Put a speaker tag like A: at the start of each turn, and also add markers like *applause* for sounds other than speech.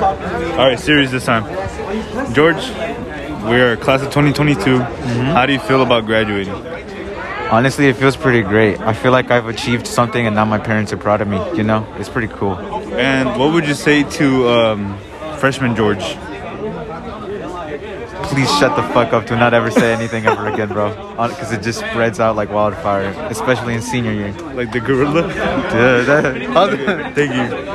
A: All right, series this time. George, we are class of 2022. How do you feel about graduating?
B: Honestly, it feels pretty great. I feel like I've achieved something and now my parents are proud of me. You know, it's pretty cool.
A: And what would you say to um, freshman George?
B: Please shut the fuck up. Do not ever say anything ever again, bro. Because it just spreads out like wildfire, especially in senior year.
A: Like the gorilla?
B: Dude, that-
A: *laughs* Thank you.